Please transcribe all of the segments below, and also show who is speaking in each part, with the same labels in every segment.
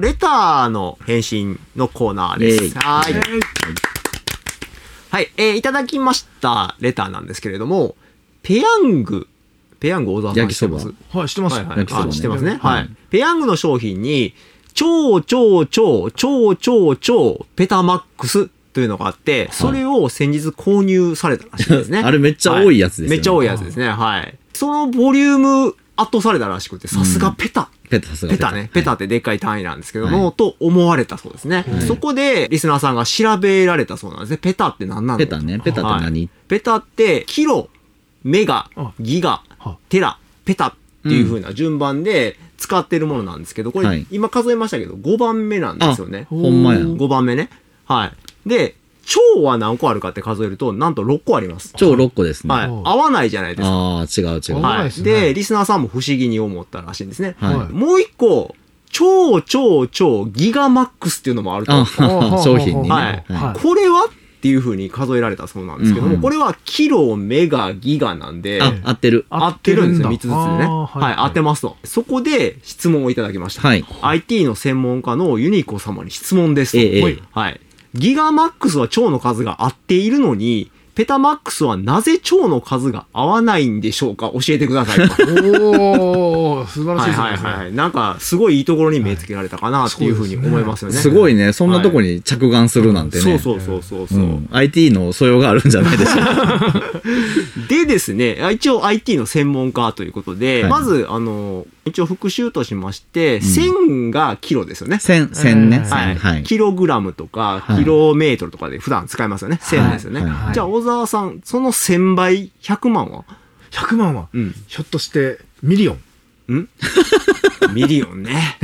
Speaker 1: レターの返信のコーナーです。
Speaker 2: イエイ
Speaker 1: はーい。
Speaker 2: はい
Speaker 1: はい、えーいただきましたレターなんですけれども、ペヤング、ペヤング小沢さん知ってます
Speaker 2: 焼
Speaker 3: はい、知ってます。
Speaker 1: はいはい
Speaker 2: 焼きそば
Speaker 1: あ
Speaker 2: ね
Speaker 1: 知ってますね。
Speaker 2: ん
Speaker 1: はい。ペヤングの商品に、超超超超超超ペタマックスというのがあって、それを先日購入されたらしいですね。
Speaker 2: あれめっちゃ多いやつですよね
Speaker 1: はめっちゃ多いやつですね。はい。そのボリューム圧倒されたらしくて、さすがペタ。
Speaker 2: ペタさすが
Speaker 1: ペタね。ペタ
Speaker 2: は
Speaker 1: ってでっかい単位なんですけども、
Speaker 2: は
Speaker 1: と思われたそうですね。
Speaker 2: い
Speaker 1: そこで、リスナーさんが調べられたそうなんですね。ペタって何なの
Speaker 2: ペタねペタって何
Speaker 1: はいペタって、キロ、メガ
Speaker 3: あ、
Speaker 1: ギガ
Speaker 3: は、
Speaker 1: テラ、ペタっていう風な順番で使ってるものなんですけど、これ、
Speaker 2: はい
Speaker 1: 今数えましたけど、5番目なんですよね。
Speaker 2: ほんまや
Speaker 1: 5番目ね。はい。で、腸は何個あるかって数えると、なんと6個あります。
Speaker 2: 超6個ですね、
Speaker 1: はい。
Speaker 3: おう
Speaker 1: 合わないじゃないですか。
Speaker 2: ああ違う違う、
Speaker 3: お
Speaker 1: は
Speaker 3: ない
Speaker 1: い。
Speaker 3: ですね
Speaker 1: で、リスナーさんも不思議に思ったらしいんですね。
Speaker 2: はい
Speaker 3: はい
Speaker 1: もう一個、超超超ギガマックスっていうのもあると。
Speaker 2: あ
Speaker 1: は
Speaker 3: あ
Speaker 2: 商品にね、
Speaker 1: い。これはっていうふうに数えられたそうなんですけども、
Speaker 2: うん
Speaker 1: これはキロ、メガ、ギガなんで、
Speaker 2: あ合ってる
Speaker 1: 合ってるんですよ、
Speaker 3: 合
Speaker 1: 3
Speaker 3: っ
Speaker 1: つ
Speaker 3: て
Speaker 1: ずつ
Speaker 3: るん
Speaker 1: でね。
Speaker 3: だあー
Speaker 1: は
Speaker 3: はいい、
Speaker 1: 当てますと。そこで質問をいただきました。
Speaker 2: はい
Speaker 1: IT の専門家のユニコ様に質問ですと。
Speaker 2: ええええ
Speaker 1: はい。ギガマックスは蝶の数が合っているのに、ペタマックスはなぜ蝶の数が合わないんでしょうか教えてくださいと。
Speaker 3: おお、素晴らし
Speaker 1: はいい
Speaker 3: ですね。
Speaker 1: はいはい。なんか、すごいいいところに目つけられたかなっていうふうに思いますよね。
Speaker 2: すごいねそんなとこに着眼するなんてね、
Speaker 1: そうそうそうそうそう、
Speaker 2: ん、IT の素養があるんじゃないでし ょうか
Speaker 1: でですね、一応 IT の専門家ということで、
Speaker 2: はい
Speaker 1: まず、あの、一応復習としまして、1000がキロですよね。
Speaker 2: 千千ね、
Speaker 3: は
Speaker 2: 千はい
Speaker 1: キログラムとか、
Speaker 2: はい
Speaker 1: キロメートルとかで普段使いますよね。1000ですよね。
Speaker 2: はいはい
Speaker 1: じゃあ、小沢さん、その1000倍、100万 は
Speaker 3: 100万は、
Speaker 1: うん
Speaker 3: ひょっとしてミリオン。
Speaker 1: ミリオンね。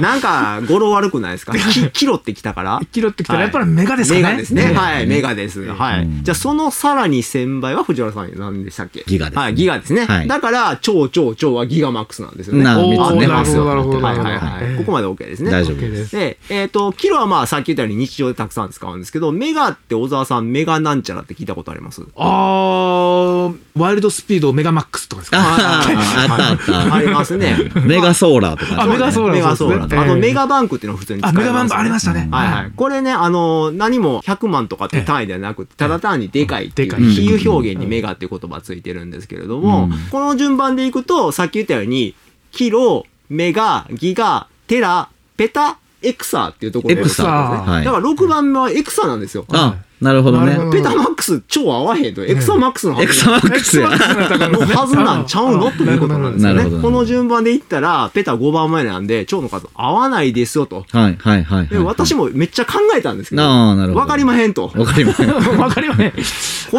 Speaker 1: なんか、語呂悪くないです かキキロってきたから
Speaker 3: 1キロってきたら
Speaker 1: はい
Speaker 3: やっぱりメガですかね。
Speaker 1: メガですね。
Speaker 2: メガ
Speaker 1: はい、メガです。は
Speaker 2: う
Speaker 1: い。
Speaker 2: ん
Speaker 1: じゃあ、そのさらに1000倍は藤原さん何でしたっけ
Speaker 2: ギガですね
Speaker 1: はい、ギガですね。
Speaker 2: はい
Speaker 1: だから、超超超はギガマックスなんですよね。
Speaker 2: な
Speaker 1: は
Speaker 3: お
Speaker 1: い
Speaker 3: ー
Speaker 2: 三つね
Speaker 3: なるほどなるほど
Speaker 1: は
Speaker 3: ないるほど。
Speaker 1: はい。ここまで OK ですね。
Speaker 2: 大丈夫
Speaker 3: OK です。
Speaker 1: で、えっ、と、キロはまあ、さっき言ったように日常でたくさん使うんですけど、メガって小沢さん、メガなんちゃらって聞いたことあります
Speaker 3: あー、ワイルドスピードメガマックスとかですか。
Speaker 2: あーあったあった
Speaker 1: ありますね。
Speaker 2: メガソーラーとかね、
Speaker 3: あメガソーラー
Speaker 1: メガソーラ
Speaker 3: そうですね
Speaker 1: あと、
Speaker 3: ええ
Speaker 1: メガバンクっていうのを普通に使
Speaker 3: あ、
Speaker 1: います、
Speaker 3: メガマンありましたね。
Speaker 1: はいはい。これね、あの、何も100万とかって単位ではなくて、ただ単にでかいっていう、
Speaker 3: でか
Speaker 1: 比
Speaker 3: い
Speaker 1: 喩表現にメガっていう言葉ついてるんですけれども、
Speaker 2: うん
Speaker 1: この順番でいくと、さっき言ったように、キロ、メガ、ギガ、テラ、ペタ、エクサっていうところで
Speaker 2: エクサはい
Speaker 1: だから6番目はエクサなんですよ。
Speaker 2: あなるほど
Speaker 3: な
Speaker 2: ね
Speaker 3: るほど
Speaker 1: ペタマックス超合わへんと、エクサマックスのはず
Speaker 2: エクサマックスや
Speaker 1: のはずなんちゃうの
Speaker 3: あ
Speaker 1: ということなんですよ
Speaker 2: なる
Speaker 1: ね。
Speaker 2: ほど
Speaker 1: この順番でいったら、ペタ5番前なんで、蝶の数合わないですよと。
Speaker 2: はいはいはい、はい。
Speaker 1: で私もめっちゃ考えたんですけど、
Speaker 2: ああ、なるほど。
Speaker 1: わかりまへんと。
Speaker 2: わかりま せん。お
Speaker 3: わかりません。
Speaker 1: こ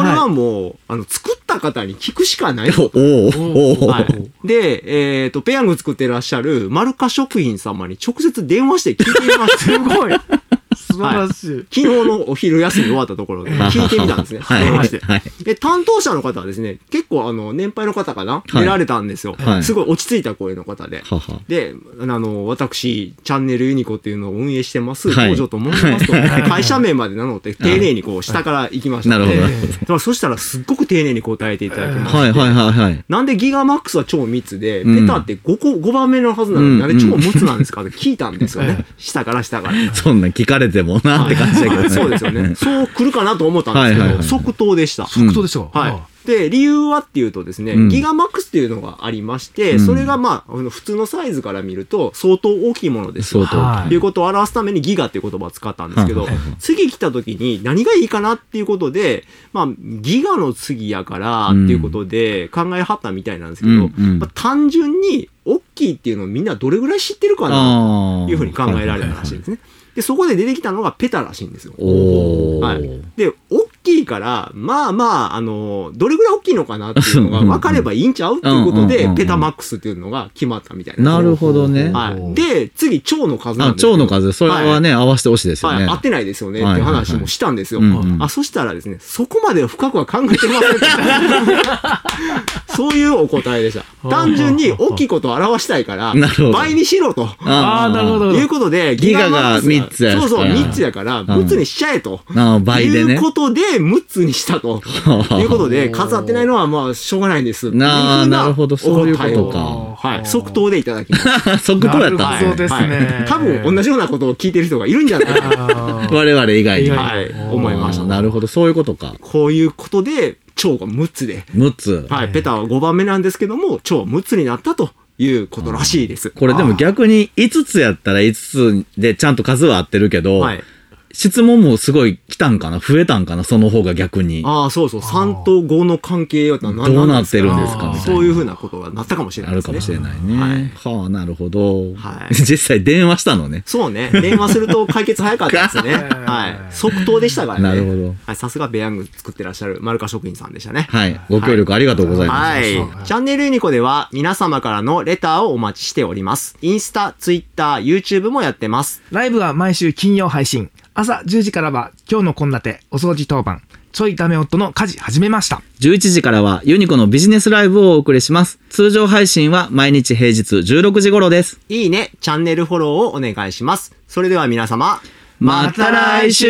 Speaker 1: れはもう、あの、作った方に聞くしかないと。
Speaker 2: おおお、
Speaker 1: はい、で、えっ、と、ペヤング作ってらっしゃる、マルカ食品様に直接電話して聞いてみま した。すごい。
Speaker 3: 素晴らしい。
Speaker 1: 昨日のお昼休み終わったところ で聞いてみたんですね。
Speaker 2: はい
Speaker 1: 電話して。
Speaker 2: はい
Speaker 1: で、担当者の方はですね、結構あの、年配の方かな、
Speaker 2: はい
Speaker 1: 出られたんですよ、
Speaker 2: はい
Speaker 1: すごい落ち着いた声の方で。
Speaker 2: はは。
Speaker 1: で、あの、私、チャンネルユニコっていうのを運営してます、
Speaker 2: はい
Speaker 1: 工場と申しますと、
Speaker 3: はい
Speaker 1: 会社名までなので、丁寧にこう、下から行きました
Speaker 2: なん
Speaker 1: で、
Speaker 2: るほど。
Speaker 3: え
Speaker 2: は
Speaker 3: え
Speaker 2: い
Speaker 1: だからそしたらすっごく丁寧に答えていただきまして、
Speaker 2: はいはいはい。
Speaker 1: なんでギガマックスは超密で、
Speaker 2: うん
Speaker 1: ペタって5個、5番目のはずなの
Speaker 2: う
Speaker 1: に、
Speaker 2: ん
Speaker 1: なんで超密なんですかって聞いたんですよね。
Speaker 3: うん
Speaker 1: 下から下 から。
Speaker 2: そんなん聞かれてもなって感じだけどね。
Speaker 1: そうですよね。そう来るかなと思ったんですけど、
Speaker 2: はいはいはい
Speaker 1: 即答でした。
Speaker 3: 即答でしょ。
Speaker 1: は
Speaker 3: あ
Speaker 1: い。で、理由はっていうとですね、
Speaker 2: うん
Speaker 1: ギガマックスっていうのがありまして、
Speaker 2: うん
Speaker 1: それがまあ、あの普通のサイズから見ると相当大きいものですよ
Speaker 2: 相。当。
Speaker 3: は
Speaker 1: ということを表すためにギガっていう言葉を使ったんですけど
Speaker 2: はい、
Speaker 1: 次来た時に何がいいかなっていうことで、まあ、ギガの次やからっていうことで考えはったみたいなんですけど、
Speaker 2: うんうん
Speaker 1: まあ、単純に大きいっていうのをみんなどれぐらい知ってるかな
Speaker 2: あ
Speaker 1: と
Speaker 2: あ。
Speaker 1: いうふうに考えられたらしいですね。で、そこで出てきたのがペタらしいんですよ。
Speaker 2: おお。
Speaker 1: はい。で、大きいから、まあまあ、あの、どれぐらい大きいのかなっていうのが分かればいいんちゃうっていうこと
Speaker 2: うんうんうん
Speaker 1: で
Speaker 2: う、ん
Speaker 1: ペタマックスっていうのが決まったみたいな。
Speaker 2: なるほどね。
Speaker 1: は
Speaker 3: は
Speaker 1: い。で、次、蝶の数なん
Speaker 2: あ
Speaker 1: で、すけど
Speaker 2: 蝶の数、それはね、合わせてほしいですよ
Speaker 1: はい、
Speaker 2: ね。
Speaker 1: 合ってないですよねっていう話もしたんですよ。
Speaker 2: はいはいはいうんうん
Speaker 1: あ、そしたらですね、そこまで深くは考えてませんって。 そういうお答えでした。単純に大きいことを表したいから
Speaker 2: なるほ、ど
Speaker 1: 倍にしろと。
Speaker 3: あー、なるほど。
Speaker 1: いうことで、
Speaker 2: ギガが
Speaker 1: マックス
Speaker 2: 三つやから
Speaker 1: そうそう、3つやから、
Speaker 2: ん
Speaker 1: 6つにしちゃえと。
Speaker 2: ああ、倍で
Speaker 1: い
Speaker 2: ね
Speaker 1: う。ことで、6 6つにした と。いうことで、数当てないのは、まあ、しょうがないです。
Speaker 2: なあ
Speaker 1: っていうふう
Speaker 2: なるほどそういうことか
Speaker 1: お答えをはい。即答でいただきます。
Speaker 2: 即答やっ
Speaker 3: な
Speaker 2: た
Speaker 3: るほ
Speaker 2: ん
Speaker 3: ど
Speaker 2: ですね
Speaker 3: ですね
Speaker 1: 多分、同じようなことを聞いてる人がいるんじゃないかな。
Speaker 2: 我々以外に
Speaker 3: い
Speaker 2: も
Speaker 3: や
Speaker 1: はい。思いまし
Speaker 2: あー
Speaker 1: た。
Speaker 2: なるほどそういうことか
Speaker 1: こういうことで、蝶が6つで、
Speaker 2: 6つ
Speaker 1: はい。ペタは5番目なんですけども、蝶は6つになったということらしいです。
Speaker 2: これでも逆に5つやったら5つでちゃんと数は合ってるけど、
Speaker 1: はい。
Speaker 2: 質問もすごい来たんかな増えたんかなその方が逆に。
Speaker 1: ああ、そうそう。3と5の関係は何
Speaker 2: どうなってるんです
Speaker 3: かみたいな
Speaker 1: そういうふうなことがなったかもしれな
Speaker 2: あ
Speaker 1: い
Speaker 2: る
Speaker 1: です
Speaker 2: か
Speaker 1: ね
Speaker 2: も。しれないね。はあ、なるほど。
Speaker 1: はい
Speaker 2: 実際電話したのね。
Speaker 1: そうね。電話すると解決早かったです ね。はい。即答でしたからね。
Speaker 2: なるほど
Speaker 1: はい。さすがベヤング作ってらっしゃる丸川職員さんでしたね。
Speaker 2: はい。ご協力ありがとうございます。
Speaker 1: はい
Speaker 3: そうね。
Speaker 1: チャンネルユニコでは皆様からのレターをお待ちしております。インスタ、ツイッター、YouTube もやってます。
Speaker 3: ライブは毎週金曜配信。朝10時からは、今日の献立、お掃除当番、ちょいダメ夫の家事始めました。
Speaker 2: 11時からはユニコのビジネスライブをお送りします。通常配信は毎日平日16時頃です。
Speaker 1: いいね、チャンネルフォローをお願いします。それでは皆様、
Speaker 2: また来週